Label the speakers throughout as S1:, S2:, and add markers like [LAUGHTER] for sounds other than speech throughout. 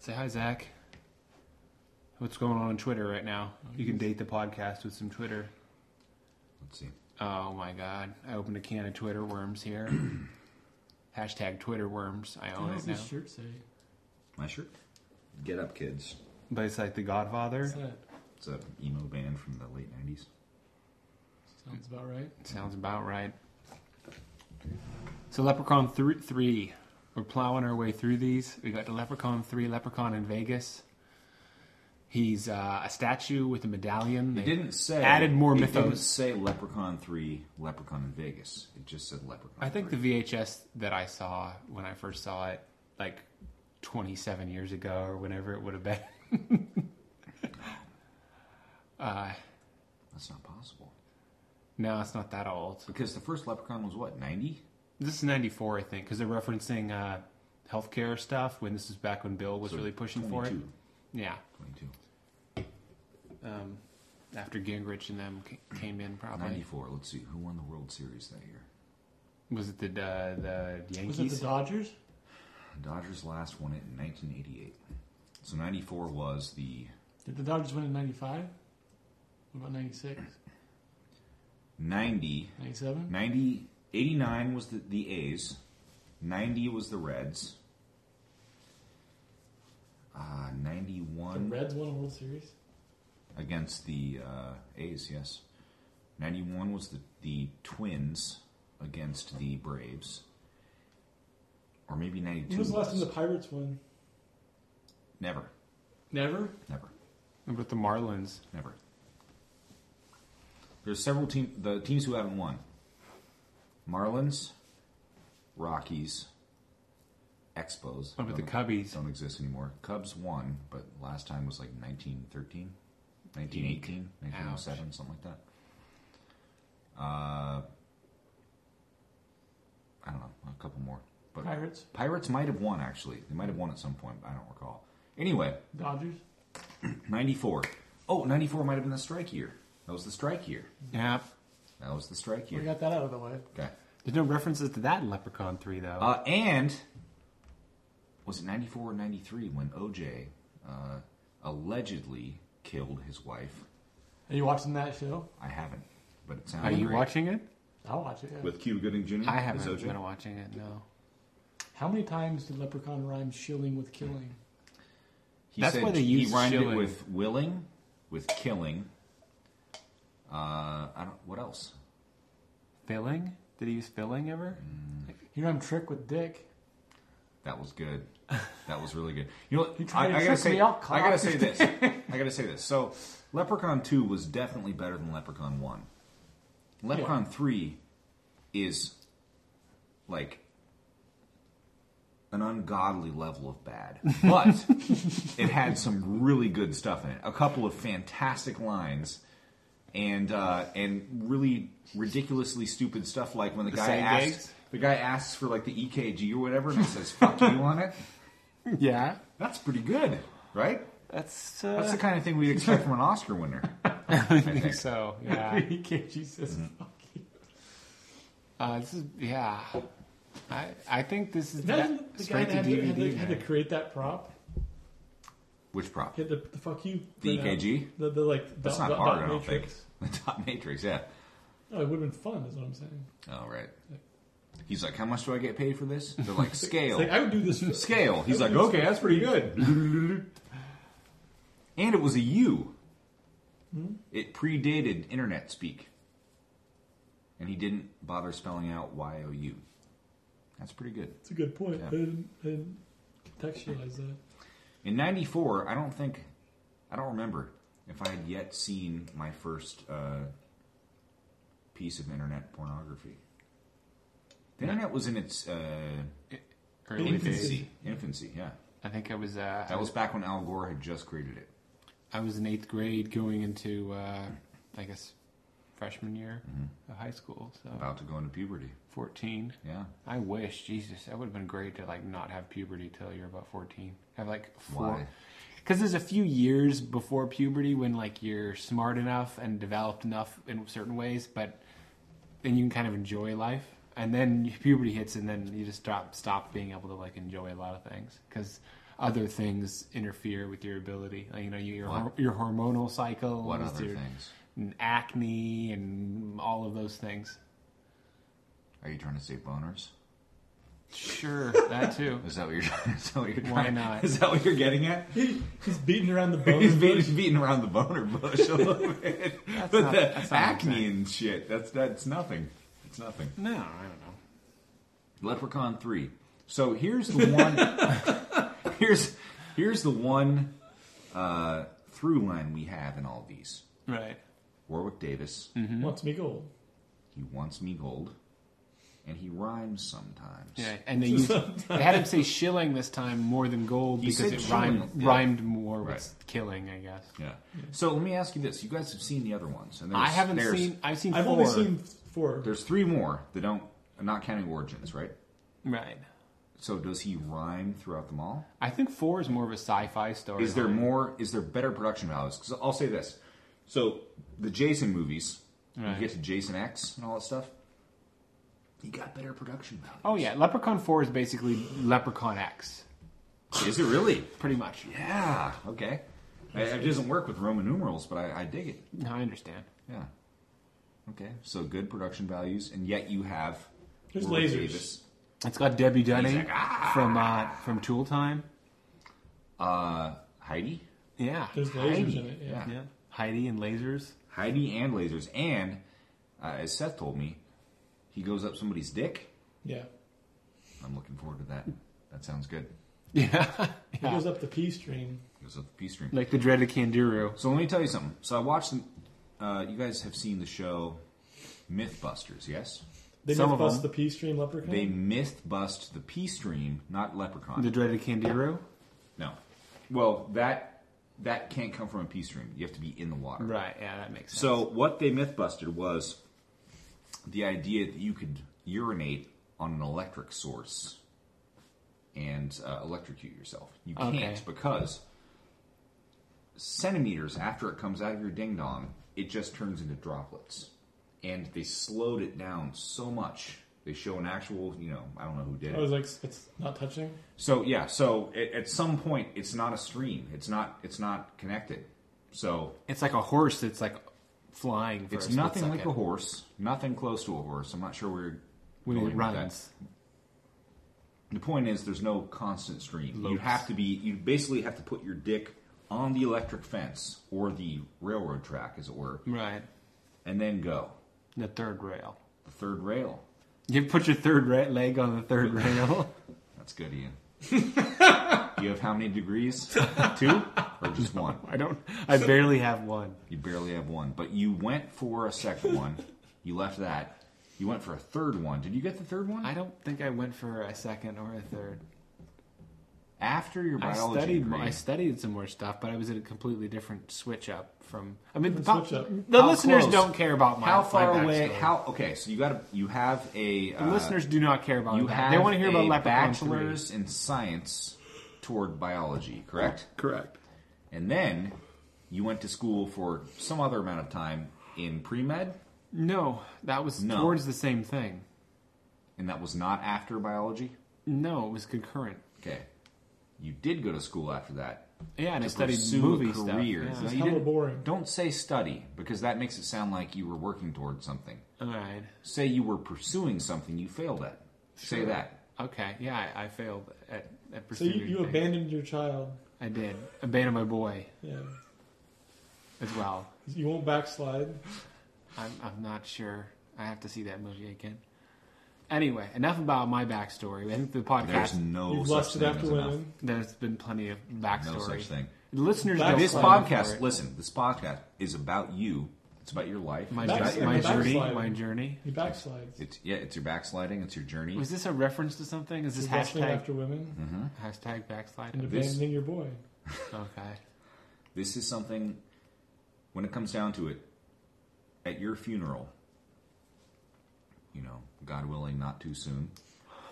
S1: Say hi, Zach. What's going on on Twitter right now? You can date the podcast with some Twitter.
S2: Let's see.
S1: Oh my God! I opened a can of Twitter worms here. Hashtag Twitter worms. I own
S3: What
S1: it
S3: does
S1: now.
S3: this shirt say?
S2: My shirt. Get up, kids.
S1: But it's like The Godfather.
S3: What's that?
S2: It's a emo band from the late '90s.
S3: Sounds about right.
S1: Sounds about right. So Leprechaun three, three, we're plowing our way through these. We got the Leprechaun three, Leprechaun in Vegas. He's uh, a statue with a medallion.
S2: It didn't say
S1: added more
S2: it
S1: mythos.
S2: Didn't say Leprechaun Three, Leprechaun in Vegas. It just said Leprechaun.
S1: I think the
S2: 3.
S1: VHS that I saw when I first saw it, like 27 years ago or whenever it would have been. [LAUGHS] uh,
S2: that's not possible
S1: no, it's not that old.
S2: because the first Leprechaun was what '90.
S1: This is 94, I think, because they're referencing uh, healthcare stuff when this is back when Bill was
S2: So
S1: really pushing for it.
S2: 22.
S1: Yeah.
S2: 22.
S1: um, after Gingrich and them ca- came in. Probably
S2: 94. Let's see. Who won the World Series that year?
S1: was it the uh, the Yankees?
S3: Was it the Dodgers?
S2: The Dodgers last won it in 1988. So 94 was the.
S3: Did the Dodgers win in '95? What about '96?
S2: 90.
S3: '97?
S2: 90 89 was the, the A's. 90 was the Reds. Uh,
S3: The
S2: 91
S3: Reds won a World Series.
S2: against the uh, A's, yes. 91 was the, the Twins against the Braves. Or maybe 92.
S3: When was the last time
S2: was.
S3: the Pirates won?
S2: Never.
S3: Never.
S2: Never.
S1: What about the Marlins?
S2: Never. There's several team the teams who haven't won. Marlins, Rockies, Expos.
S1: What about the
S2: Don't-
S1: Cubbies?
S2: Don't exist anymore. Cubs won, but last time was like 1913, 1918, 1907, something like that. Uh, I don't know, a couple more. But
S3: Pirates.
S2: Pirates might have won actually. They might have won at some point. I don't recall. Anyway,
S3: Dodgers.
S2: 94. Oh, 94 might have been the strike year. That was the strike year.
S1: Yeah.
S2: That was the strike
S3: We
S2: year.
S3: got that out of the way.
S2: Okay.
S1: There's no references to that in Leprechaun Three though.
S2: Uh, and was it 94 or 93 when OJ uh, allegedly killed his wife?
S3: Are you watching that show?
S2: I haven't, but it sounds
S1: Are you
S2: great.
S1: watching it?
S3: I'll watch it. Yeah.
S2: With Cuba Gooding Jr.?
S1: I
S2: as
S1: haven't
S2: OJ?
S1: been watching it. No.
S3: How many times did Leprechaun rhyme shilling with killing?
S2: He
S1: That's
S2: said
S1: why they
S2: he
S1: use
S2: rhymed it
S1: shilling.
S2: with willing, with killing. Uh, I don't. What else?
S1: Filling? Did he use filling ever?
S3: He rhymed trick with dick.
S2: That was good. That was really good. You know,
S3: You
S2: what?
S3: tried
S2: I,
S3: to
S2: I gotta
S3: trick
S2: say,
S3: me out,
S2: I gotta
S3: cock.
S1: [LAUGHS]
S2: say this. I gotta say this. So, Leprechaun Two was definitely better than Leprechaun One. Leprechaun Three is like an ungodly level of bad, but it had some really good stuff in it. A couple of fantastic lines. And uh, and really ridiculously stupid stuff like when the, guy
S1: side
S2: asks
S1: gigs?
S2: the guy asks for like the EKG or whatever and it says "fuck you" on it. Mm-hmm.
S1: Yeah.
S2: That's pretty good, right?
S1: That's uh,
S2: That's the kind of thing we'd expect from an Oscar winner.
S1: I think so.
S3: [LAUGHS]
S2: Uh, [LAUGHS]
S1: Yeah.
S3: EKG says
S2: mm-hmm.
S3: fuck you.
S1: uh, this is yeah. I I think this is
S3: Imagine
S1: that-
S3: the guy
S1: straight
S3: that had
S1: to
S3: to,
S1: DVD.
S3: had, to, had to
S1: man.
S3: create that prop.
S2: Which prop?
S3: Get the, the fuck you.
S2: The
S3: print out.
S2: EKG?
S3: The, the like.
S2: That's
S3: dot-
S2: not
S3: dot-
S2: hard,
S3: dot
S2: I don't
S3: matrix.
S2: think. The Dot Matrix, yeah.
S3: No, it would have been fun. Is what I'm saying.
S2: All right. He's like, how much do I get paid for this? They're like,
S3: It's [LAUGHS]
S2: scale.
S3: like I would do this. for-
S2: Scale. He's like, okay, that's pretty good. and it was a U.
S1: Hmm?
S2: It predated internet speak. And he didn't bother spelling out Y O U. That's pretty good.
S3: [LAUGHS] That's a good point.
S2: Yeah.
S3: I, didn't, I didn't contextualize that.
S2: In '94, I don't think, I don't remember if I had yet seen my first uh, piece of internet pornography. The internet was in its uh,
S1: Early days.
S2: infancy. Infancy, yeah.
S1: I think I was uh, I
S2: That was back when Al Gore had just created it.
S1: I was in eighth grade going into, uh, I guess, freshman year of high school. So
S2: About to go into puberty.
S1: 14.
S2: Yeah.
S1: I wish, Jesus, that would have been great to like not have puberty till you're about 14. Have like
S2: Why?
S1: four. Because there's a few years before puberty when like you're smart enough and developed enough in certain ways, but then you can kind of enjoy life. And then puberty hits, and then you just stop stop being able to like enjoy a lot of things. Because other things interfere with your ability. Like, you know, your
S2: What?
S1: hor- your hormonal cycle,
S2: What other
S1: your
S2: things?
S1: and acne, and all of those things.
S2: Are you trying to say boners?
S1: Sure, that too.
S2: Is that what you're? [LAUGHS] Is that what you're
S1: Why
S2: trying?
S1: not?
S2: Is that what you're getting at?
S1: [LAUGHS]
S3: He, he's beating around the bones.
S2: He's beating, he's beating around the boner bush a little bit, but
S1: not- that's
S2: the
S1: not
S2: acne
S1: exact.
S2: and shit—that's that's nothing. It's nothing.
S1: No, I don't know.
S2: Leprechaun three. So
S1: [LAUGHS]
S2: here's the one. here's here's the one uh, through line we have in all these.
S1: Right.
S2: Warwick Davis.
S1: Mm.
S3: Wants me gold.
S2: He wants me gold, and he rhymes sometimes. [LAUGHS]
S1: Yeah, and they used, they had him say shilling this time more than gold
S2: He
S1: because
S2: said
S1: it
S2: shilling,
S1: rhymed,
S2: yeah.
S1: rhymed more
S2: Right.
S1: with killing, I guess.
S2: Yeah. So let me ask you this: You guys have seen the other ones, and
S1: I
S2: there's-
S1: haven't
S2: there's-
S1: seen. I've seen.
S3: I've
S1: four.
S3: only seen four.
S2: There's three more that don't, not counting origins, right?
S1: Right.
S2: So does he rhyme throughout them all?
S1: I think four is more of a sci-fi story.
S2: Is there more? Is there better production values? Because I'll say this: so the Jason movies, when
S1: Right.
S2: you get to Jason X and all that stuff, he got better production values.
S1: Oh yeah, Leprechaun Four is basically Leprechaun X,
S2: Is it really?
S1: pretty much.
S2: Yeah. Okay. I, it doesn't work with Roman numerals, but I, I dig it.
S1: I understand.
S2: Yeah. Okay. So good production values, and yet you have
S3: There's
S2: Warwick
S3: lasers.
S2: Davis.
S1: It's got Debbie Dunning
S2: like, "Ah!"
S1: from uh, from Tool Time.
S2: Uh, Heidi.
S1: Yeah.
S3: There's lasers
S2: Heidi.
S3: in it. Yeah.
S1: yeah. Heidi and lasers.
S2: Heidi and lasers, and uh, as Seth told me, he goes up somebody's dick.
S3: yeah.
S2: I'm looking forward to that. That sounds good.
S1: [LAUGHS] Yeah.
S3: He goes up the P stream.
S2: Goes up the P stream.
S1: like the dreaded Kanduru.
S2: So let me tell you something. So I watched. The, uh, you guys have seen the show MythBusters, yes?
S3: They
S1: Some
S3: just
S1: of
S3: bust the
S1: them.
S3: P stream leprechaun.
S2: They myth bust the P stream, not Leprechaun.
S1: The dreaded Kanduru.
S2: no. Well, that that can't come from a P stream. You have to be in the water.
S1: Right. Yeah, that makes sense.
S2: So what they myth busted was the idea that you could urinate on an electric source and uh, electrocute yourself. You can't
S1: Okay.
S2: because centimeters after it comes out of your ding dong, it just turns into droplets. And they slowed it down so much. They show an actual, you know, I don't know who did
S3: I
S2: it.
S3: was like, it's not touching.
S2: So yeah, so at, at some point, it's not a stream. It's not. It's not connected. So
S1: it's like a horse that's like flying. For
S2: It's
S1: a split
S2: nothing like
S1: second
S2: a horse. Nothing close to a horse. I'm not sure where
S1: when
S2: going
S1: it
S2: with that.
S1: runs.
S2: The point is, there's no constant stream. You
S1: Lopes.
S2: have to be. You basically have to put your dick on the electric fence or the railroad track, as it were,
S1: Right.
S2: and then go
S1: The third rail.
S2: the third rail.
S1: You put your third re- leg on the [LAUGHS] third rail.
S2: That's good,
S1: [LAUGHS]
S2: Ian. you have how many degrees? Two or just one?
S1: I don't. I barely have one.
S2: You barely have one, but you went for a second one. You left that. You went for a third one. Did you get the third one?
S1: I don't think I went for a second or a third.
S2: After your
S1: I
S2: biology
S1: studied.
S2: degree,
S1: I studied some more stuff, but I was at a completely different switch up from. I mean, the,
S3: Different switch up.
S1: the
S2: How
S1: listeners
S2: close?
S1: don't care about my.
S2: How
S1: my
S2: far away?
S1: backstory.
S2: How okay? So you got to you have a
S1: the
S2: uh,
S1: listeners do not care about.
S2: You
S1: that.
S2: have
S1: they want to hear
S2: a
S1: about Leprechaun
S2: bachelor's in science toward biology, correct?
S1: 3. Correct.
S2: And then you went to school for some other amount of time in pre med,
S1: No, that was
S2: No.
S1: towards the same thing.
S2: and that was not after biology.
S1: No, it was concurrent.
S2: Okay, you did go to school after that.
S1: Yeah, and I
S2: to
S1: studied
S2: pursue
S1: movie
S2: a
S1: stuff.
S2: career.
S1: Yeah.
S2: No,
S3: It's
S2: you
S3: hella
S2: didn't-
S3: boring.
S2: Don't say study because that makes it sound like you were working toward something.
S1: All right.
S2: Say you were pursuing something you failed at. Say
S1: Sure.
S2: that.
S1: Okay. Yeah, I, I failed at, at
S3: So
S1: pursuing.
S3: you, you
S1: things.
S3: abandoned your child.
S1: I did abandon my boy
S3: Yeah.
S1: as well.
S3: You won't backslide.
S1: I'm, I'm not sure. I have to see that movie again. Anyway, enough about my backstory. I think the
S2: There's
S1: podcast,
S2: no
S3: You've
S2: Oh, such
S3: lusted
S2: thing
S3: after
S2: as enough.
S3: women.
S1: there's been plenty of
S2: No
S1: backstory.
S2: such thing.
S1: The listeners
S3: Backstory.
S1: don't
S2: This
S3: That's
S1: claim for
S2: podcast,
S1: it.
S2: listen, this podcast is about you. It's about your life.
S1: My,
S2: it's
S3: Backslide.
S2: about
S1: journey,
S2: your
S1: my journey,
S3: Backsliding.
S2: life.
S1: my journey.
S3: He backslides.
S2: It's yeah, it's your backsliding, it's your journey. Mm-hmm.
S1: Was this a reference to something? Is this
S3: You're lusting
S1: hashtag
S3: after women
S1: hashtag
S3: and
S1: backsliding?
S2: This-
S3: abandoning your boy.
S1: Okay.
S2: This is something when it comes down to it, at your funeral, you know, God willing, not too soon.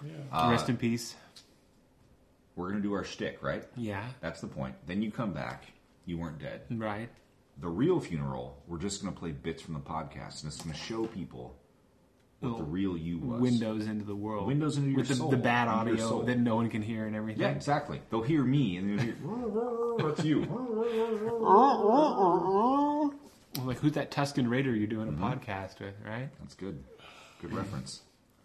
S2: uh,
S3: Yeah.
S1: Rest in peace.
S2: We're gonna do our shtick, right?
S1: Yeah.
S2: That's the point. Then you come back, you weren't dead.
S1: Right.
S2: The real funeral, we're just gonna play bits from the podcast and it's gonna show people what the real you was.
S1: windows into the world,
S2: Windows into your
S1: Oh, with the,
S2: soul,
S1: the bad
S2: into your
S1: audio
S2: soul.
S1: that no one can hear and everything.
S2: Yeah, exactly. They'll hear me and they'll hear, that's
S1: [LAUGHS]
S2: you.
S1: Like who's that Tuscan Raider you're doing a
S2: Mm-hmm.
S1: podcast with, right?
S2: That's good. Good reference.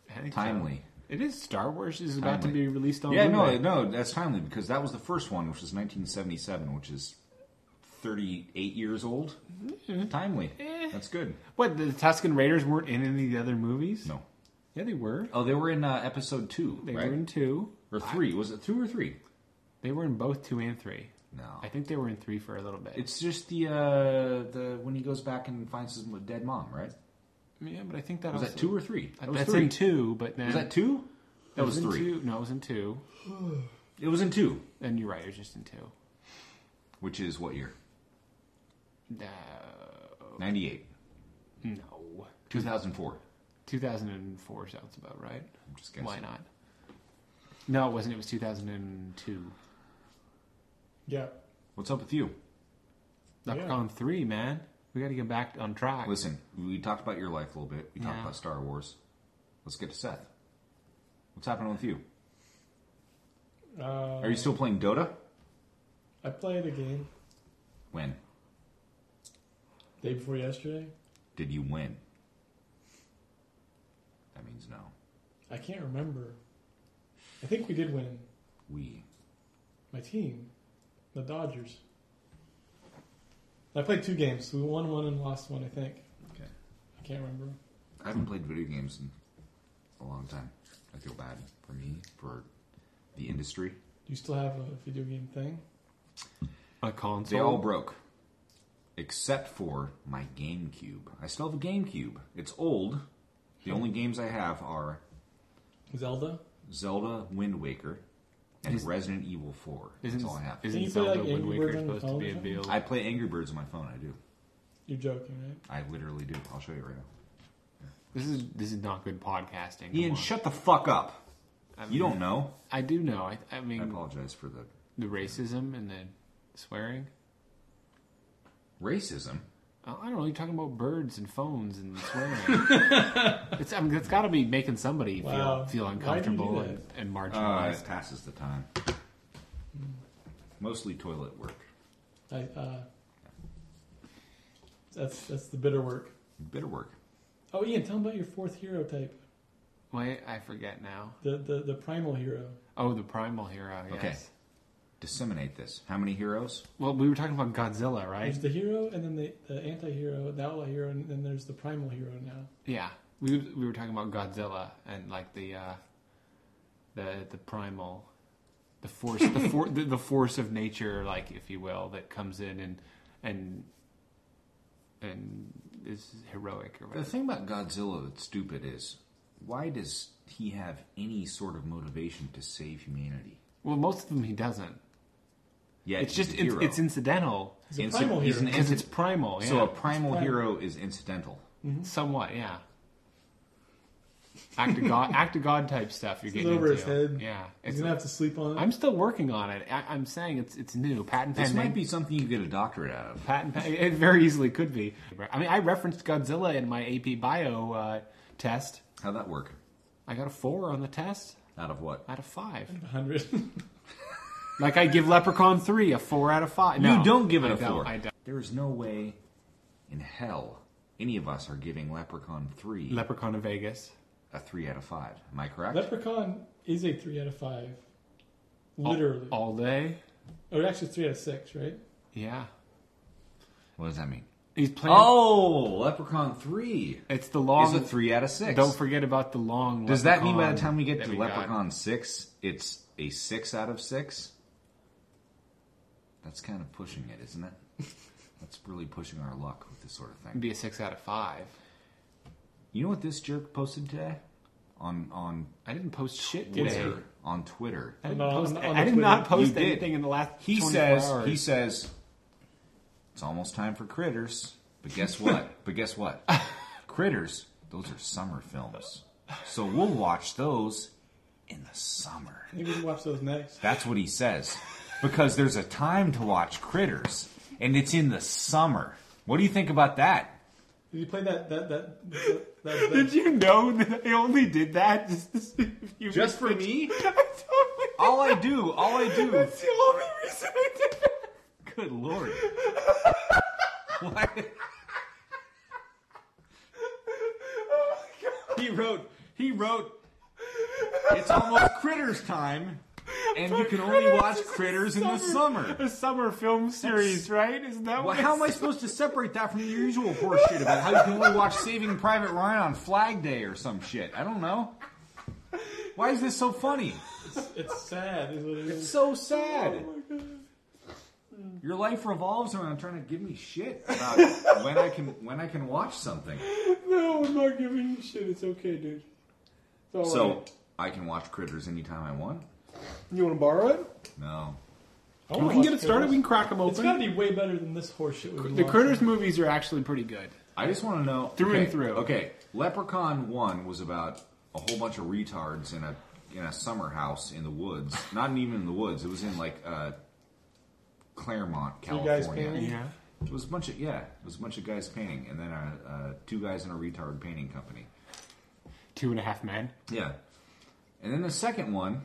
S1: I think so.
S2: Timely.
S1: It is Star Wars is about
S2: Timely.
S1: to be released on.
S2: Yeah, no,
S1: Blu-ray.
S2: no, that's timely because that was the first one, which was 1977, which is 38 years old.
S1: Mm-hmm.
S2: Timely.
S1: Eh.
S2: That's good.
S1: What the Tuscan Raiders weren't in any of the other movies?
S2: No.
S1: Yeah, they were.
S2: Oh, they were in uh, episode two,
S1: They
S2: right?
S1: were in two.
S2: or three? Was it two or three?
S1: They were in both two and three.
S2: No.
S1: I think they were in three for a little bit.
S2: It's just the uh, the when he goes back and finds his dead mom, right?
S1: yeah, but I think that
S2: Was
S1: also,
S2: that two or three? That was
S1: That's
S2: three.
S1: in two, but then
S2: Was that two? That
S1: it
S2: was
S1: in
S2: three.
S1: Two, no, it was in two.
S2: It was in two,
S1: And you're right, it was just in two.
S2: which is what year?
S1: Uh,
S2: 98,
S1: no,
S2: 2004.
S1: 2004 sounds about right.
S2: I'm just guessing.
S1: Why not? No, it wasn't. It was 2002.
S3: Yeah.
S2: What's up with you?
S3: Yeah.
S1: Leprechaun three, man. We got to get back on track.
S2: Listen, we talked about your life a little bit. We talked
S1: Yeah.
S2: about Star Wars. Let's get to Seth. What's happening with you?
S3: Uh,
S2: Are you still playing Dota?
S3: I played a game
S2: When
S3: day before yesterday.
S2: did you win? That means no.
S3: I can't remember. I think we did win.
S2: We.
S3: My team, the Dodgers. I played two games. We won one and lost one. I think.
S2: Okay.
S3: I can't remember.
S2: I haven't played video games in a long time. I feel bad for me, for the industry.
S3: Do you still have a video game thing?
S1: A console.
S2: They all broke. Except for my GameCube. I still have a GameCube. It's old. The only games I have are
S3: Zelda.
S2: Zelda Wind Waker and
S1: Is-
S2: Resident Evil 4. That's
S1: Isn't,
S2: all I have.
S1: isn't
S3: Can you play,
S1: Zelda
S3: like,
S1: Wind
S3: Angry
S1: Waker
S3: Birds on the
S1: supposed to be a
S3: television?
S1: build?
S2: I play Angry Birds on my phone. I do.
S3: You're joking, right?
S2: I literally do. I'll show you right now.
S1: This is this is not good podcasting.
S2: Ian,
S1: Come on.
S2: shut the fuck up.
S1: I mean,
S2: You don't know.
S1: I do know. I, I
S2: I
S1: mean,
S2: apologize for the
S1: the racism and the swearing.
S2: racism.
S1: I I don't know. You're talking about birds and phones and swearing. [LAUGHS] it's, I mean, it's got to be making somebody
S3: Wow.
S1: feel feel
S3: Why do you do
S1: uncomfortable
S3: that?
S1: and, and
S2: Uh,
S1: marginalized.
S2: it passes the time. Mostly toilet work.
S3: I, uh, that's that's the bitter work.
S2: Bitter work.
S3: Oh, Ian, tell them about your fourth hero type,
S1: Wait, I forget now.
S3: the the, the primal hero.
S1: Oh, the primal hero. Yes.
S2: Okay. Disseminate this. How many heroes?
S1: Well, we were talking about Godzilla, right?
S3: There's the hero, and then the, the anti-hero, the outlaw hero, and then there's the primal hero now.
S1: Yeah, we we were talking about Godzilla and like the uh, the the primal, the force,
S2: [LAUGHS]
S1: the, for, the the force of nature, like if you will, that comes in and and and is heroic or
S2: The
S1: whatever.
S2: thing about Godzilla that's stupid is why does he have any sort of motivation to save humanity?
S1: Well, most of them he doesn't.
S2: Yeah,
S1: It's just
S2: he's
S1: it's, it's incidental
S3: He's a
S2: Inci-
S3: primal
S2: he's
S3: hero.
S2: an-
S1: because it's primal. Oh, Yeah,
S2: So a primal
S3: primal.
S2: hero is incidental.
S1: somewhat. Yeah, act of god, act of god type stuff. You're
S3: It's
S1: getting
S3: over
S1: into.
S3: his head.
S1: Yeah,
S3: He's
S1: it's,
S3: gonna have to sleep on it.
S1: I'm still working on it. I, I'm saying it's it's new. Patent
S2: This
S1: pending.
S2: might be something you get a doctorate out of.
S1: patent. [LAUGHS] It very easily could be. I mean, I referenced Godzilla in my AP Bio uh, test.
S2: How'd that work?
S1: I got a four on the test
S2: Out of what?
S1: out of five.
S3: 100.
S1: Like I give Leprechaun three a four out of five. No,
S2: you don't give it
S1: I
S2: a
S1: don't,
S2: four.
S1: I don't.
S2: There is no way in hell any of us are giving Leprechaun three
S1: Leprechaun of Vegas.
S2: a three out of five. Am I
S3: [LAUGHS]
S2: correct?
S3: Leprechaun is a 3 out of 5.
S1: All-
S3: Literally.
S1: all, day.
S3: Or actually, it's 3 out of 6, right?
S1: Yeah,
S2: what does that mean?
S1: he's playing.
S2: Oh, Leprechaun three
S1: it's the
S2: is
S1: long.
S2: a three out of 6
S1: Don't forget about the long.
S2: Does that mean
S1: Leprechaun
S2: by the time we get
S1: that
S2: to
S1: got.
S2: Leprechaun six, it's a six out of six? That's kind of pushing it, [LAUGHS] isn't it? That's really pushing our luck with this sort of
S1: It'd
S2: thing.
S1: be a six out of five?
S2: You know what this jerk posted today on on
S1: I didn't post shit
S3: Twitter.
S1: today.
S2: Twitter? On Twitter,
S1: I didn't
S3: On-
S1: post.
S3: on- on
S1: I
S3: the
S1: did not
S3: Twitter.
S1: post
S2: You did.
S1: anything in the last.
S2: he
S1: 24
S2: says
S1: hours. [LAUGHS]
S2: he says it's almost time for critters. But guess what? [LAUGHS] but guess what? Critters. Those are summer films, so we'll watch those in the summer.
S3: I think we should watch those next.
S2: That's what he says. Because there's a time to watch critters, and it's in the summer. What do you think about that?
S3: Did you play that that that? that, that,
S1: Did you know that I only did that just to see if you
S2: Just for
S1: would-
S2: me?
S1: [LAUGHS]
S2: Oh.
S1: I totally.
S2: All I do, all I [LAUGHS]
S1: [LAUGHS]
S2: do.
S1: That's the only reason I did it.
S2: Good lord. Why- He wrote. He wrote. It's almost critters time, and you can only watch critters in the summer.
S1: A summer film series, right? Isn't that
S2: Well,
S1: what?
S2: how
S1: it's-
S2: am I supposed to separate that from your usual horseshit about how you can only watch Saving Private Ryan on Flag Day or some shit? I don't know. Why is this so funny?
S3: that- It's sad, is what it
S2: It's
S3: is.
S2: so sad. Your life revolves around trying to give me shit about when I can when I can watch something.
S3: No, I'm not giving you shit. It's okay, dude. It's all
S2: So
S3: right.
S2: I can watch Critters anytime I want.
S3: you want to borrow it?
S2: No,
S3: I
S1: we can get it started. We can crack them
S3: It's got to
S1: open.
S3: be way better than this horseshit. we've been
S1: The
S3: watching.
S1: Critters movies are actually pretty good.
S2: I just want to know
S1: Through
S2: okay,
S1: and through.
S2: Okay, Leprechaun One was about a whole bunch of retards in a in a summer house in
S1: [LAUGHS]
S2: the woods. Not even in the woods. It was in like uh, Claremont,
S3: guys
S2: California.
S3: painting?
S1: Yeah.
S2: It was a bunch of yeah. It was a bunch of guys painting, and then uh, uh, two guys in a retard painting company.
S1: Two and a Half Men.
S2: Yeah, and then the second one.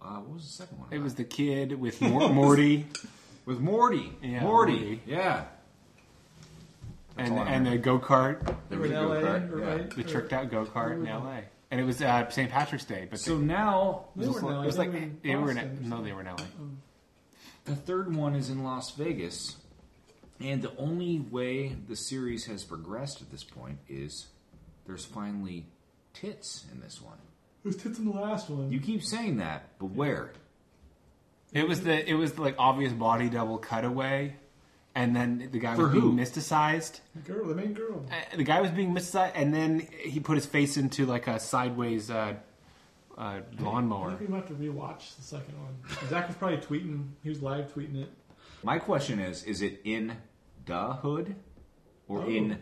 S2: Uh, what was the second one?
S1: It
S2: about?
S1: was the kid with
S2: [LAUGHS]
S1: Mor- Morty
S2: with Morty.
S1: Yeah,
S2: Morty.
S1: Morty.
S2: Yeah. That's
S1: and
S2: all I
S1: and the go kart,
S2: There
S3: Or in
S2: go
S3: LA,
S2: kart,
S3: or
S2: yeah.
S3: right?
S1: the
S3: Or-
S1: tricked out go kart in L.A. And it was uh, St. Patrick's Day, but
S2: So now
S3: They
S1: they,
S3: were in
S1: it
S3: LA,
S1: was
S3: they
S1: like
S3: were in
S1: they were in
S3: Boston or
S1: no, they
S3: something.
S1: were in L.A.
S2: the third one is in Las Vegas, and the only way the series has progressed at this point is there's finally tits in this one.
S3: Who's tits in the last one?
S2: You keep saying that, but where?
S1: It was the it was the, like obvious body double cutaway, and then the guy
S2: For
S1: was
S2: who?
S1: being mysticized.
S3: girl, the main girl.
S1: Uh, the guy was being mysticized, and then he put his face into like a sideways uh, uh,
S3: I
S1: lawnmower.
S3: think we might have to rewatch the second one. Zach was probably tweeting. He was live tweeting it.
S2: My question is: Is it in the hood, or
S3: Oh.
S2: in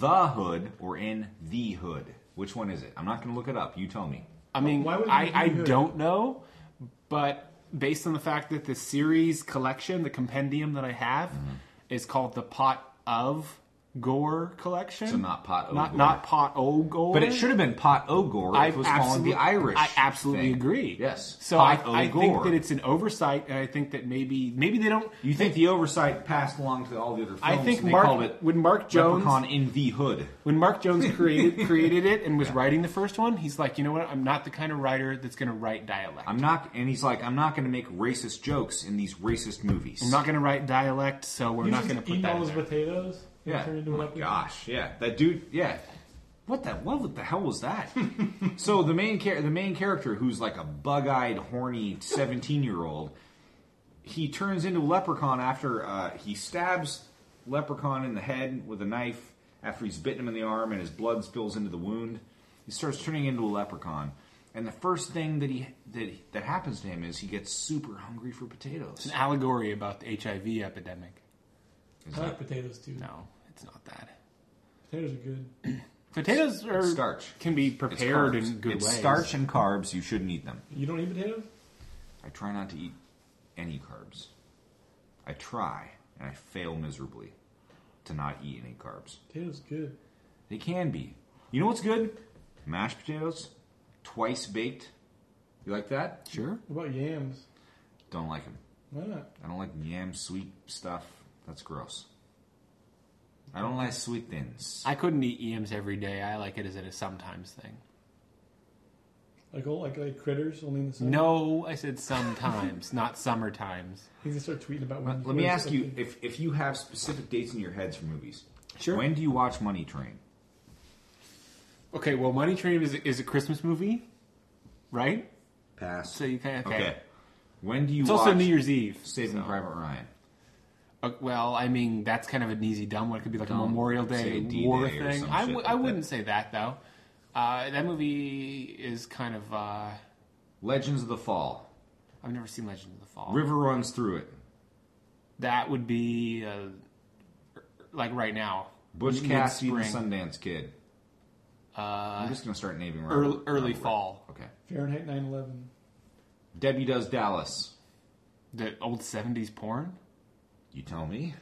S2: the hood, or in the hood? Which one is it? I'm not going to look it up. You tell me.
S1: I mean,
S3: Why would
S1: I,
S3: you do
S1: I
S3: that?
S1: don't know, but based on the fact that the series collection, the compendium that I have,
S2: Mm-hmm.
S1: is called the Pot of Gore collection.
S2: So not pot. O
S1: not,
S2: gore.
S1: not Pot O Gore.
S2: But it should have been pot ogre.
S1: I
S2: if it was calling
S1: absolutely-
S2: the Irish.
S1: I absolutely
S2: thing.
S1: agree.
S2: Yes.
S1: So I,
S2: Pot
S1: I
S2: O'Gore.
S1: think that it's an oversight, and I think that maybe maybe they don't.
S2: You think the oversight passed along to all the other films?
S1: I think
S2: and they called
S1: Mark
S2: it
S1: when Mark Jones
S2: Leprechaun in the Hood.
S1: when Mark Jones
S2: [LAUGHS]
S1: created created it and was writing the first one, he's like, you know what? I'm not the kind of writer that's going to write dialect.
S2: I'm not, and he's like, I'm not going to make racist jokes in these racist movies.
S1: I'm not going to write dialect, so we're
S3: You
S1: not
S3: just
S1: going to put
S3: eat
S1: that.
S3: all
S1: in
S3: those
S1: there.
S3: potatoes. and
S2: Yeah.
S3: Turn into
S2: Oh
S3: an
S2: my
S3: upper-
S2: gosh. Yeah. That dude. Yeah. What the what the hell
S3: [LAUGHS]
S2: was that? so the main char- the main character who's like a bug-eyed, horny 17-year-old, he turns into a leprechaun after uh, he stabs leprechaun in the head with a knife after he's bitten him in the arm and his blood spills into the wound. He starts turning into a leprechaun. And the first thing that he that that happens to him is he gets super hungry for potatoes.
S1: It's an allegory about the HIV epidemic.
S2: Is
S3: I like
S2: that
S3: potatoes too.
S1: No, it's not that.
S3: Potatoes are good.
S1: Potatoes are
S2: starch.
S1: can be
S2: It's
S1: prepared
S2: carbs.
S1: in good
S2: it's
S1: ways.
S2: starch and carbs. You shouldn't eat them.
S3: You don't eat potatoes?
S2: I try not to eat any carbs. I try, and I fail miserably to not eat any carbs.
S3: Potatoes are good.
S2: They can be. You know what's good? Mashed potatoes, twice baked. You like that?
S1: Sure.
S3: What about yams?
S2: Don't like them.
S3: Why not?
S2: I don't like yam sweet stuff. That's gross. I don't like sweet things.
S1: I couldn't eat yams every day. I like it as it is sometimes thing.
S3: Like all like like critters only in the summer.
S1: No, I said sometimes, [LAUGHS] not summer times.
S3: He's gonna start tweeting about when.
S2: Let
S3: you
S2: let me
S3: go to
S2: ask you
S3: something.
S2: if, if you have specific dates in your heads for movies.
S1: Sure.
S2: When do you watch Money Train?
S1: Okay, well, Money Train is, is a Christmas movie, right?
S2: Pass.
S1: So you kind of
S2: Okay.
S1: okay.
S2: When do you
S1: It's
S2: watch
S1: also New Year's Eve.
S2: Saving
S1: so-
S2: Private Ryan?
S1: Uh, well, I mean, that's kind of an easy dumb one. It could be like
S2: Dumb.
S1: a Memorial Day
S2: Say D-Day
S1: war
S2: or
S1: thing.
S2: some
S1: I,
S2: shit
S1: w-
S2: like
S1: I
S2: that.
S1: wouldn't say that though. Uh, that movie is kind of. Uh,
S2: Legends of the Fall.
S1: I've never seen Legend of the Fall.
S2: River runs through it.
S1: That would be uh, like right now.
S2: Butch Cassidy and the
S1: Mid-spring.
S2: Sundance Kid. I'm
S1: Uh,
S2: just gonna start naming Robert,
S1: early, early
S2: Robert.
S1: fall.
S2: Okay.
S3: Fahrenheit 9/11.
S2: Debbie does Dallas.
S1: The old seventies porn. [LAUGHS]
S2: You tell me.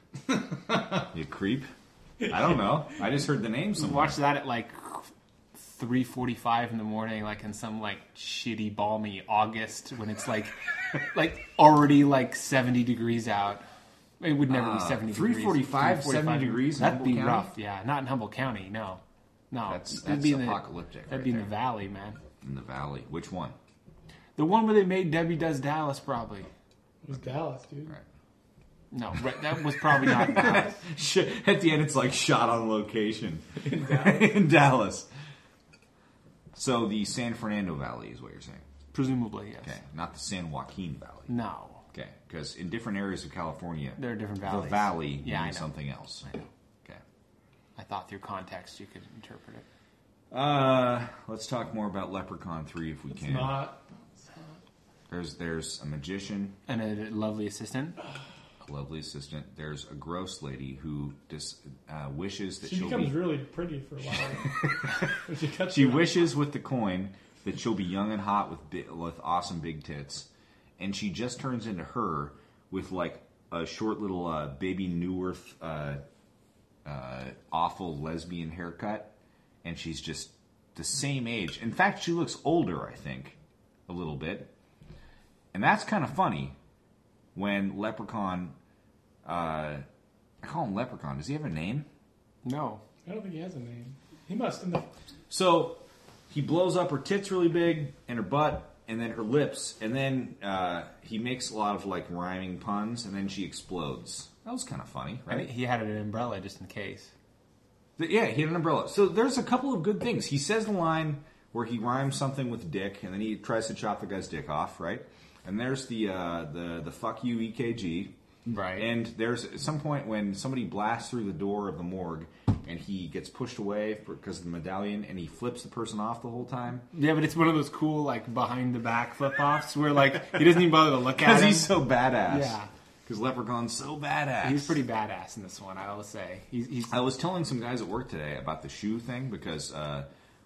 S2: you creep. I don't know. I just heard the name
S1: You
S2: somewhere.
S1: watch that at like 3:45 in the morning, like in some like shitty balmy August when it's
S2: [LAUGHS]
S1: like like already like 70 degrees out. It would never
S2: Ah,
S1: be 70
S2: 345,
S1: degrees.
S2: 70 degrees in
S1: That'd be
S2: Humboldt County?
S1: rough. Yeah, not in Humboldt County. No, no.
S2: That's
S1: It'd
S2: that's
S1: be in the-
S2: apocalyptic.
S1: That'd
S2: right
S1: be in
S2: there.
S1: the valley, man.
S2: in the valley. Which one?
S1: The one where they made Debbie Does Dallas, probably.
S3: It was Dallas, dude.
S2: Right.
S1: No, right, that was probably not. Dallas.
S2: [LAUGHS] Sh- At the end, it's like shot on location [LAUGHS] in Dallas. So the San Fernando Valley is what you're saying.
S1: Presumably, yes.
S2: Okay, not the San Joaquin Valley.
S1: No,
S2: Okay, because in different areas of California,
S1: there are different
S2: the
S1: valleys.
S2: valley
S1: Yeah, I know.
S2: means something else.
S1: I know.
S2: Okay.
S1: I thought through context you could interpret it.
S2: Uh, let's talk more about Leprechaun Three if we
S3: It's
S2: can.
S3: not.
S2: There's there's a magician,
S1: And a lovely assistant.
S2: a lovely assistant. There's a gross lady who dis, uh, wishes that
S3: She
S2: will
S3: becomes
S2: be
S3: really pretty for a while.
S2: [LAUGHS]
S3: [LAUGHS] When she cuts
S2: She
S3: her-
S2: wishes with the coin that she'll be young and hot with bi- with awesome big tits, and she just turns into her with like a short little uh, baby Newirth uh, uh, awful lesbian haircut, and she's just the same age. In fact, she looks older, I think, a little bit, and that's kind of funny when Leprechaun. Uh, I call him Leprechaun. Does he have a name?
S1: No.
S3: I don't think he has a name. He must. In the,
S2: So he blows up her tits really big and her butt and then her lips and then uh, he makes a lot of like rhyming puns and then she explodes. That was kind of funny,
S1: I think
S2: right?
S1: He had an umbrella just in case.
S2: Th- yeah, he had an umbrella. So there's a couple of good things. He says the line where he rhymes something with dick and then he tries to chop the guy's dick off, right? And there's the uh, the the fuck you EKG.
S1: Right.
S2: And there's at some point when somebody blasts through the door of the morgue and he gets pushed away because of the medallion and he flips the person off the whole time.
S1: yeah, but it's one of those cool like behind the back flip offs where like he doesn't even bother to
S2: [LAUGHS]
S1: look at
S2: Because
S1: him.
S2: he's so badass.
S1: Yeah.
S2: Because Leprechaun's so badass.
S1: He's pretty badass in this one, I will say. He's, he's
S2: I was telling some guys at work today about the shoe thing because uh,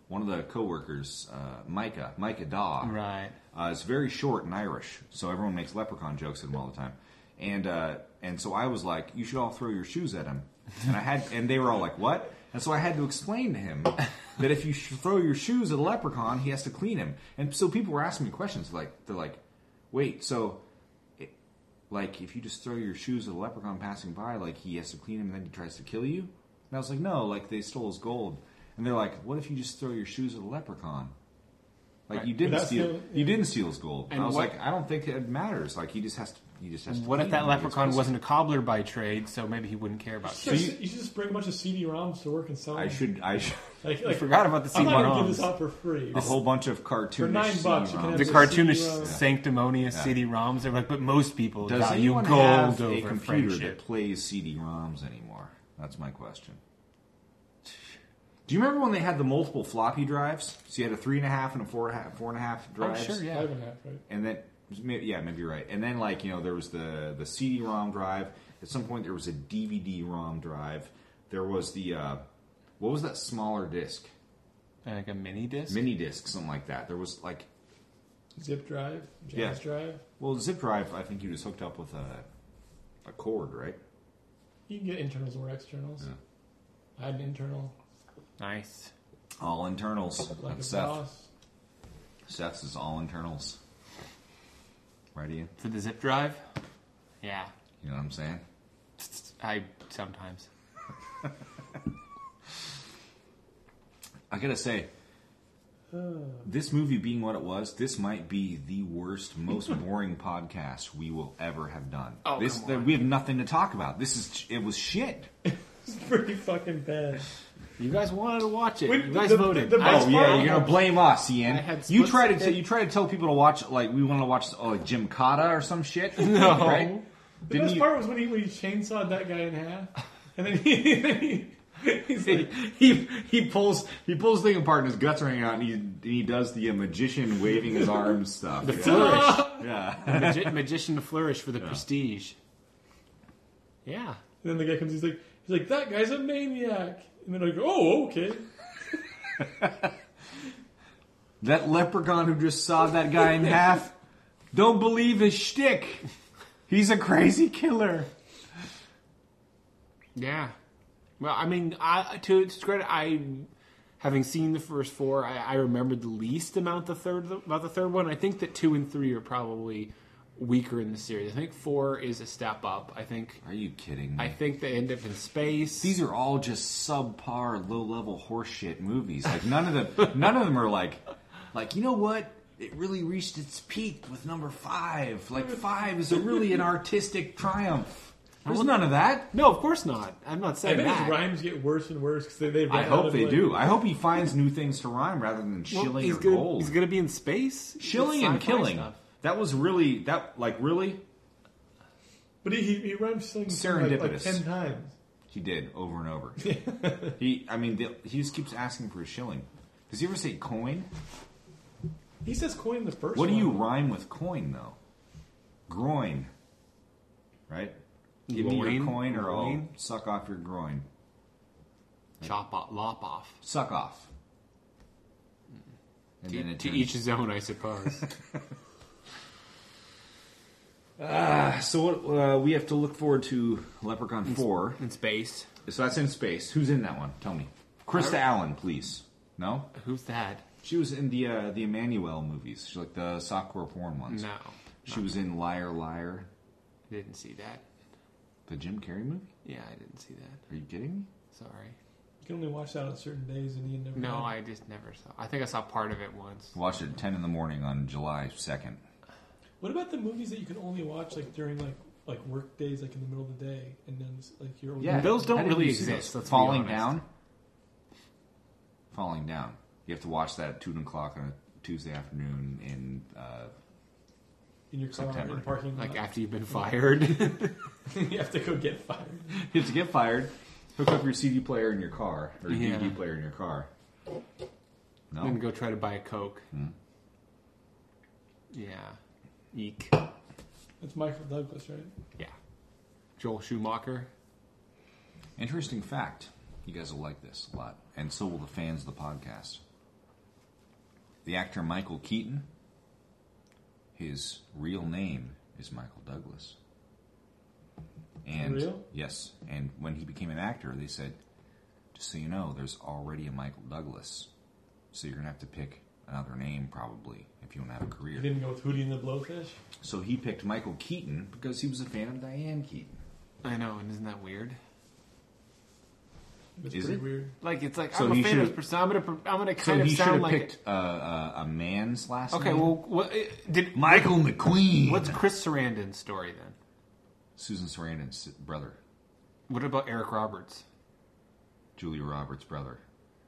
S2: one of the coworkers, uh, Micah, Micah Daw,
S1: right.
S2: uh, is very short and Irish, so everyone makes Leprechaun jokes at him all the time. And uh, and so I was like, you should all throw your shoes at him. And I had, and they were all like, what? And so I had to explain to him that if you sh- throw your shoes at a leprechaun, he has to clean him. And so people were asking me questions like, they're like, wait, so like if you just throw your shoes at a leprechaun passing by, like he has to clean them and then he tries to kill you. And I was like, no, like they stole his gold. And they're like, what if you just throw your shoes at a leprechaun? Like
S1: Right.
S2: you didn't
S3: Without
S2: steal,
S3: stealing-
S2: you didn't steal his gold. And
S1: And
S2: I was
S1: what-
S2: like, I don't think it matters. Like he just has to, he just has to.
S1: What if
S2: clean
S1: that
S2: them. He gets
S1: leprechaun
S2: pussy.
S1: wasn't a cobbler by trade, so maybe he wouldn't care about
S3: you, should, you should just bring a bunch of CD-ROMs to work and sell them.
S2: I should, I should.
S3: Like,
S1: I
S3: like,
S1: forgot about the
S3: I'm not gonna
S1: CD-ROMs.
S3: give this out for free.
S2: A whole bunch of cartoonish.
S3: nine bucks, you can have
S2: CD-ROMs.
S1: the
S3: Yeah.
S1: cartoonish,
S3: Yeah.
S1: sanctimonious
S2: Yeah.
S1: CD-ROMs are like, but most people
S2: Does
S1: value
S2: anyone
S1: gold
S2: have
S1: over
S2: a computer
S1: friendship.
S2: that plays CD-ROMs anymore? That's my question. Do you remember when they had the multiple floppy drives? So you had a three and a half and a four and a half, four and a half
S1: Oh,
S2: drives.
S1: sure, yeah.
S3: Five and a half, right?
S2: And then, maybe, yeah, maybe you're right. And then, like you know, there was the the CD-ROM drive. At some point, there was a DVD-ROM drive. There was the uh, what was that smaller disc?
S1: Like a mini disc?
S2: Mini disc, something like that. There was like
S3: Zip drive, jazz
S2: Yeah.
S3: drive.
S2: well, zip drive. I think you just hooked up with a a cord, right?
S3: You can get internals or externals.
S2: Yeah.
S3: I had an internal,
S1: nice.
S2: All internals.
S3: like
S2: That's
S3: a
S2: Seth.
S3: boss.
S2: Seth's is all internals. Right, Ian?
S1: For the zip drive? Yeah.
S2: You know what I'm saying?
S1: I sometimes.
S2: I gotta say, this movie being what it was, this might be the worst,
S1: [LAUGHS]
S2: most boring podcast we will ever have done.
S1: Oh,
S2: this
S1: come
S2: that-
S1: on.
S2: we have nothing to talk about. This is it was shit.
S3: It's pretty fucking bad.
S1: You guys wanted to watch it.
S3: Wait,
S1: you guys
S3: the-
S1: voted.
S3: the- the
S1: I-
S3: best
S2: oh yeah,
S3: part-
S2: you're gonna blame us, Ian.
S1: I had
S2: you
S1: split
S2: try to t-
S1: second.
S2: you try to tell people to watch like we want to watch oh, like Jim Cotta or some shit.
S1: [LAUGHS] No.
S2: right?
S3: The
S2: Didn't
S3: best
S2: you-
S3: part was when he, when he chainsawed that guy in half, and then he, [LAUGHS] then he he's
S2: he, [LAUGHS]
S3: like,
S2: he he pulls he pulls the thing apart and his guts are hanging out and he and he does the uh, magician waving
S1: [LAUGHS]
S2: his arms stuff.
S1: The
S2: Yeah.
S1: flourish.
S2: Yeah.
S1: Magi- magician to flourish for the prestige. Yeah.
S3: and then the guy comes, he's like, he's like, that guy's a maniac, and then I go, oh okay,
S2: That leprechaun who just sawed that guy in half, don't believe his shtick. He's a crazy killer.
S1: Yeah. Well, I mean, I, to its credit, I having seen the first four, I, I remember the least amount the third about the third one. I think that two and three are probably weaker in the series. I think four is a step up. I think
S2: Are you kidding me?
S1: I think they end up in space.
S2: These are all just subpar, low-level horseshit movies. Like none of them, none of them are like, like you know what? It really reached its peak with number five. Like five is a really an artistic triumph. There's none of that.
S1: no, of course not. I'm not
S3: I
S1: saying
S3: bet his
S1: that.
S3: rhymes get worse and worse because they, they
S2: I
S3: run out
S2: hope
S3: of,
S2: they
S3: like-
S2: do. I hope he finds new things to rhyme rather than
S1: Well,
S2: shilling
S1: he's
S2: or
S1: gonna,
S2: gold.
S1: He's gonna be in space.
S2: shilling
S1: It's
S2: and
S1: sci-fi
S2: killing.
S1: stuff.
S2: That was really that. Like really,
S3: But he, he, he rhymes things like, like
S2: Serendipitous.
S3: ten times.
S2: he did over and [LAUGHS] over. he, I mean, the, he just keeps asking for a shilling. Does he ever say coin?
S3: He says coin in the first.
S2: What do
S3: one.
S2: you rhyme with coin though? Groin, right? Give me your
S1: Loin?
S2: coin, or I'll
S1: Loin?
S2: suck off your groin.
S1: Chop off, lop off.
S2: Suck off. And
S1: To,
S2: then it
S1: to
S2: turns-
S1: each his own, I [LAUGHS] suppose.
S2: Ah, so what, uh, we have to look forward to Leprechaun Four.
S1: in space.
S2: So that's in space. Who's in that one? Tell me. Krista Allen, please. No,
S1: Who's that?
S2: she was in the uh, the Emmanuel movies. She's like the softcore porn ones.
S1: No,
S2: She was in Liar Liar,
S1: didn't see that.
S2: the Jim Carrey movie.
S1: Yeah, I didn't see that.
S2: Are you kidding me?
S1: Sorry.
S3: You can only watch that on certain days, and you never.
S1: No,
S3: know.
S1: I just never saw. I think I saw part of it once.
S2: Watched it at ten in the morning on July second.
S3: What about the movies that you can only watch like during like like work days, like in the middle of the day, and then it's, like you're only
S2: Yeah,
S1: Those don't
S2: I didn't
S1: really
S2: use those.
S1: exist, let's be
S2: Falling
S1: honest.
S2: down. Falling down. You have to watch that at two o'clock on a Tuesday afternoon in uh,
S3: in your car
S2: September.
S3: in the parking lot.
S1: Like after [LAUGHS] you've been fired.
S3: [LAUGHS] you have to go get fired.
S2: you have to get fired. Hook up your CD player in your car or your
S1: Yeah.
S2: DVD player in your car.
S1: [LAUGHS]
S2: No, Hmm?
S1: Then go try to buy a Coke. Yeah. Eek.
S3: It's Michael Douglas, right?
S1: Yeah. Joel Schumacher.
S2: interesting fact. You guys will like this a lot, and so will the fans of the podcast. The actor Michael Keaton. His real name is Michael Douglas. And
S3: real?
S2: yes, and when he became an actor, they said, "Just so you know, there's already a Michael Douglas, so you're gonna have to pick another name probably if you want to have a
S3: You
S2: career."
S3: didn't go with Hootie and the Blowfish.
S2: So he picked Michael Keaton because he was a fan of Diane Keaton.
S1: I know, and isn't that weird?
S3: It's
S2: Is
S3: pretty
S2: it?
S3: weird.
S1: Like it's like
S2: So
S1: I'm
S2: he
S1: a fan of
S2: should've-
S1: this person. I'm gonna pr- I'm gonna
S2: So
S1: kind
S2: he
S1: of
S2: should have
S1: sound like.
S2: picked uh, uh, a man's last
S1: okay,
S2: name.
S1: well, what, eh, did
S2: Michael McQueen.
S1: what's Chris Sarandon's story then?
S2: Susan Sarandon's brother,
S1: What about Eric Roberts?
S2: Julia Roberts' brother.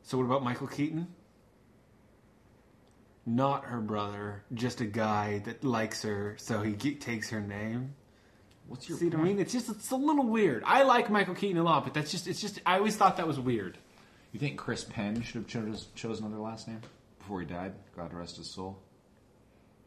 S1: So what about Michael Keaton? Not her brother, just a guy that likes her, so he ge- takes her name.
S2: What's your
S1: See what I mean? It's just it's a little weird. I like Michael Keaton a lot, but that's just it's just I always thought that was weird.
S2: You think Chris Penn should have chose, chose another last name before he died? God rest his soul.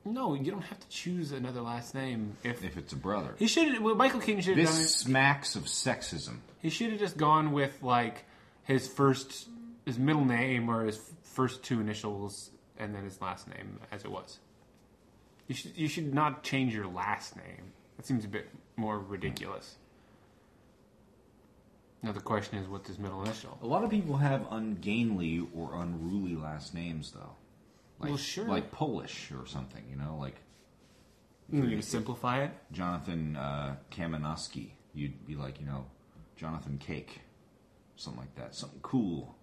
S1: No, you don't have to choose another last name if
S2: If it's a brother,
S1: he should. Well, Michael Keaton should have done
S2: this
S1: it.
S2: smacks of sexism.
S1: He should have just gone with like his first his middle name or his first two initials and then his last name as it was. You should you should not change your last name. That seems a bit more ridiculous. Now the question is, what's his middle initial?
S2: A lot of people have ungainly or unruly last names, though. Like,
S1: Well, sure.
S2: Like Polish or something, you know, like
S1: You can simplify it.
S2: Jonathan uh, Kamenowski. You'd be like, you know, Jonathan Cake, something like that, something cool.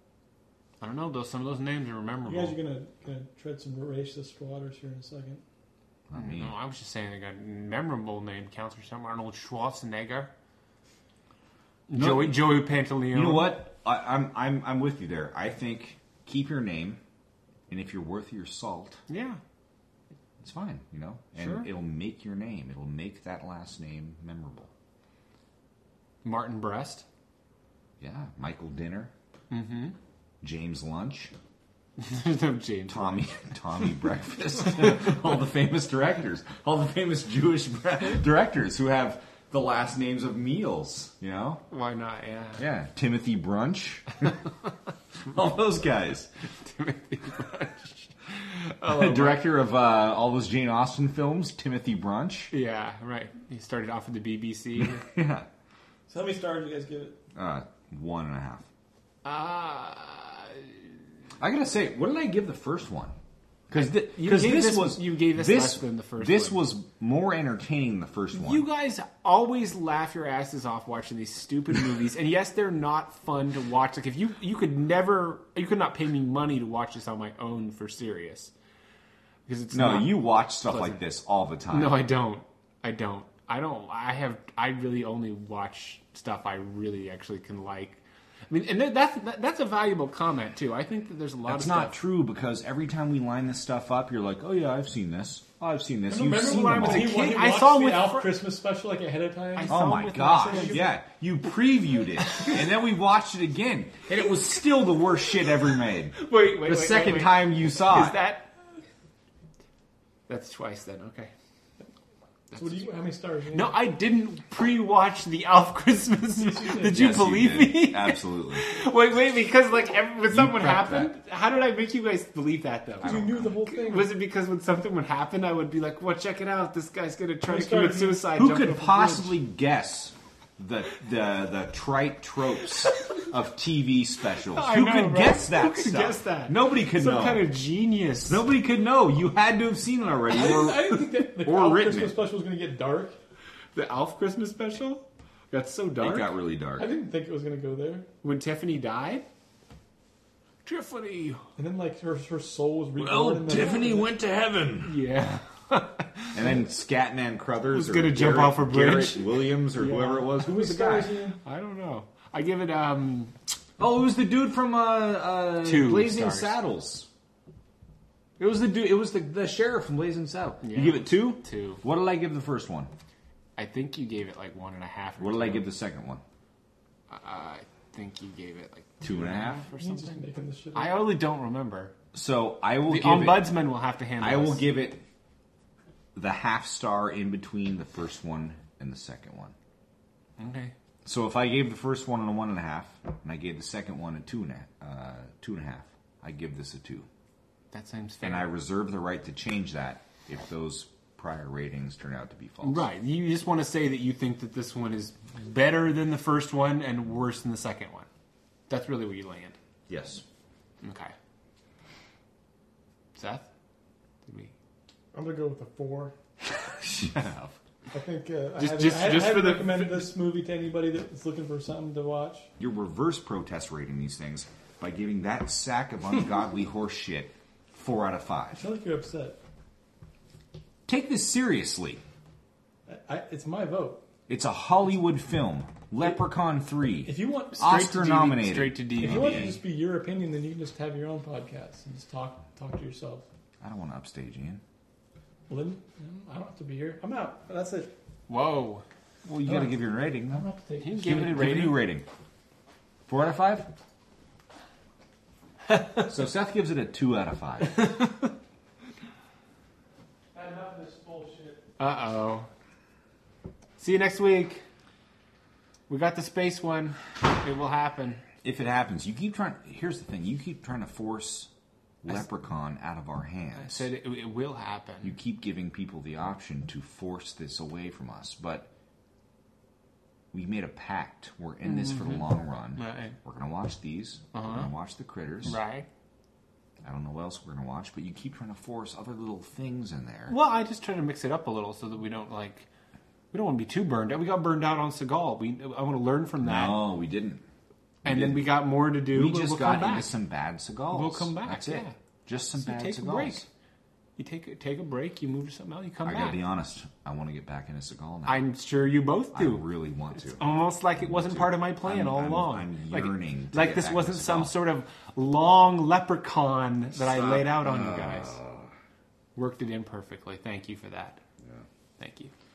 S1: I don't know. Those some of those names are
S3: You guys
S1: memorable.
S3: are gonna, gonna tread some racist waters here in a second.
S2: Not me.
S1: no, I was just saying they got memorable name counts or something. Arnold Schwarzenegger,
S2: No.
S1: Joey Joey Pantaleone.
S2: You know what? I, I'm I'm I'm with you there. I think keep your name, and if you're worth your salt,
S1: Yeah.
S2: it's fine. You know, and
S1: Sure.
S2: it'll make your name. It'll make that last name memorable.
S1: Martin Brest.
S2: Yeah, Michael Dinner, mm-hmm. [LAUGHS] James Lunch,
S1: There's no James.
S2: Tommy [LAUGHS] Tommy Breakfast, [LAUGHS] all the famous directors, all the famous Jewish [LAUGHS] bre- directors who have the last names of meals. You know,
S1: Why not? Yeah.
S2: [LAUGHS] yeah, Timothy Brunch, [LAUGHS] all those guys.
S1: Timothy Brush.
S2: [LAUGHS] director of uh, all those Jane Austen films, Timothy
S1: [LAUGHS]
S2: Brunch.
S1: Yeah, right. He started off at the BBC.
S2: Yeah.
S3: So how many stars do you guys give it?
S2: Uh, one and a half.
S1: Ah,
S2: I gotta say, what did I give the first one?
S1: because
S2: this,
S1: this,
S2: was
S1: you gave us
S2: this,
S1: less than the first.
S2: This
S1: one.
S2: was more entertaining than the first one.
S1: You guys always laugh your asses off watching these stupid movies, and yes, they're not fun to watch. Like if you you could never, you could not pay me money to watch this on my own for serious, because it's
S2: no,
S1: not-
S2: you watch stuff like this all the time.
S1: [LAUGHS] No, I don't. I don't. I don't. I have. I really only watch stuff I really actually can like. I mean, and that- that's that, that's a valuable comment too. I think that there's a lot
S2: That's
S1: of
S2: not
S1: stuff.
S2: true because every time we line this stuff up, you're like, oh yeah, I've seen this. Oh, I've seen this.
S3: I
S2: You've
S3: remember
S2: seen
S3: when I
S2: them
S3: was
S2: all.
S3: a
S1: When
S3: kid,
S1: you
S3: I
S1: watched
S3: saw
S1: the
S3: with
S1: Alf
S3: Alf Christmas special like ahead of time.
S1: I saw
S2: Oh
S1: Some
S2: my
S1: with
S2: gosh!
S1: myself.
S2: Yeah, you previewed it, and then we watched it again, and it was still the worst shit ever made.
S1: Wait, wait.
S2: The second time you saw
S1: is
S2: it,
S1: that? That's twice then. Okay.
S3: So what do you, how many stars?
S1: No, I didn't pre-watch the Alf [LAUGHS] Christmas. did you
S2: Yes,
S1: believe
S2: did.
S1: me? [LAUGHS]
S2: Absolutely.
S1: wait, wait, because like every, when something would
S2: prepped
S1: happen, how did I make you guys believe that though?
S3: you knew the whole thing.
S1: Was it because when something would happen, I would be like, "Well, check it out. This guy's gonna try
S3: I'm
S1: to commit
S3: sorry.
S1: suicide."
S2: Who
S1: jumping off
S2: could
S1: a bridge."
S2: possibly guess the the the trite tropes of TV specials?
S1: I
S2: Who
S1: know,
S2: could
S1: right?
S2: guess that
S1: Who could
S2: stuff?
S1: guess that?
S2: Nobody could
S1: Some
S2: know.
S1: kind of genius.
S2: Nobody could know. You had to have seen it already.
S3: I didn't,
S2: or-
S3: I didn't think that the
S2: or
S3: Alf
S2: written
S3: Christmas
S2: it.
S3: special was going to get dark.
S1: The Alf Christmas special got so dark
S2: it got really dark.
S3: I didn't think it was going to go there.
S1: when Tiffany died. Tiffany.
S3: And then like her her soul was reborn. in the-
S2: went to heaven,
S1: Yeah. [LAUGHS]
S2: and then Scatman Crothers
S1: Was
S2: or
S1: gonna jump
S2: Garrett-
S1: off a bridge.
S2: Garrett Williams or whoever it was. Who
S3: How many
S2: was the
S3: stars?
S2: guy?
S3: Ian?
S1: I don't know. I give it um
S2: Oh, it was the dude from uh, uh,
S1: Two
S2: Blazing
S1: stars.
S2: Saddles. It was the dude. It was the, the sheriff from Blazing Saddles. You give it two.
S1: two.
S2: What did I give the first one?
S1: I think you gave it like one and a half. Or
S2: What did I
S1: two.
S2: give the second one?
S1: I think you gave it like
S2: Two and a half.
S1: or
S3: Ian's just
S1: something.
S3: making this shit up.
S1: I only don't remember.
S2: So I will
S1: The
S2: give it,
S1: ombudsman will have to handle.
S2: I will
S1: this.
S2: give it the half star in between the first one and the second one.
S1: Okay.
S2: So if I gave the first one a one and a half, and I gave the second one a two and a uh, two and a half, I give this a two,
S1: That seems fair.
S2: and I reserve the right to change that if those prior ratings turn out to be false.
S1: Right. You just want to say that you think that this one is better than the first one and worse than the second one. That's really where you land.
S2: Yes. [LAUGHS]
S1: Okay. Seth? Did we
S3: I'm going to go with a four.
S2: Shut up.
S3: I think uh, I
S1: Just-
S3: haven't,
S1: just-
S3: I,
S1: just
S3: I haven't
S1: for the-
S3: recommended this movie to anybody that's looking for something to watch.
S2: You're reverse protest rating these things by giving that sack of ungodly [LAUGHS] horse shit four out of
S3: I
S2: five.
S3: feel like you're upset.
S2: Take this seriously.
S3: I, I, it's my vote.
S2: It's a Hollywood film, Leprechaun Three.
S3: If you want,
S2: Ah,
S1: Straight to
S2: Oscar
S1: DVD
S2: nominated.
S1: Straight to
S3: if you want it to
S1: DVD.
S3: just be your opinion, then you can just have your own podcast and just talk talk to yourself.
S2: I don't want to upstage Ian.
S3: Lynn, I don't have to be here. I'm out. That's it.
S1: Whoa.
S2: Well, you got to give your rating.
S3: I don't
S2: Though.
S3: have to take.
S1: You
S3: it.
S1: gave Oh. it a
S2: Give it a
S1: rating.
S2: rating. Four out of
S1: [LAUGHS]
S2: five. so Seth gives it a two out of five.
S3: Enough of this bullshit.
S1: Uh oh. See you next week. We got the space one. It will happen.
S2: if it happens, you keep trying. Here's the thing: you keep trying to force Leprechaun out of our
S1: I
S2: hands.
S1: said it, it will happen.
S2: you keep giving people the option to force this away from us, but we made a pact. We're in this for the long run.
S1: Mm-hmm. Right. Uh-huh.
S2: We're gonna watch these. We're gonna watch the critters.
S1: Right.
S2: I don't know what else we're gonna watch, but you keep trying to force other little things in there.
S1: Well, I just try to mix it up a little so that we don't like. We don't want to be too burned out. We got burned out on Seagal. We I want to learn from that.
S2: No, we didn't.
S1: and then
S2: didn't.
S1: we got more to do.
S2: We
S1: but
S2: just
S1: we'll
S2: got
S1: come
S2: into
S1: back.
S2: some bad cigars.
S1: We'll come back,
S2: That's it.
S1: yeah.
S2: Just some
S1: So you
S2: bad
S1: take a
S2: cigars.
S1: break. You take a, take a break. You move to something else. You come
S2: I gotta
S1: back.
S2: be honest. I want to get back into cigar now.
S1: I'm sure you both
S2: I
S1: do.
S2: really want to.
S1: Almost like it wasn't part of my plan
S2: I'm-
S1: all
S2: I'm-
S1: along.
S2: I'm
S1: Like-
S2: yearning to
S1: Like,
S2: get
S1: this
S2: back
S1: wasn't
S2: into
S1: some
S2: Seagal.
S1: sort of long leprechaun that I laid
S2: Uh.
S1: out on you guys. Worked it in perfectly. Thank you for that. Thank you.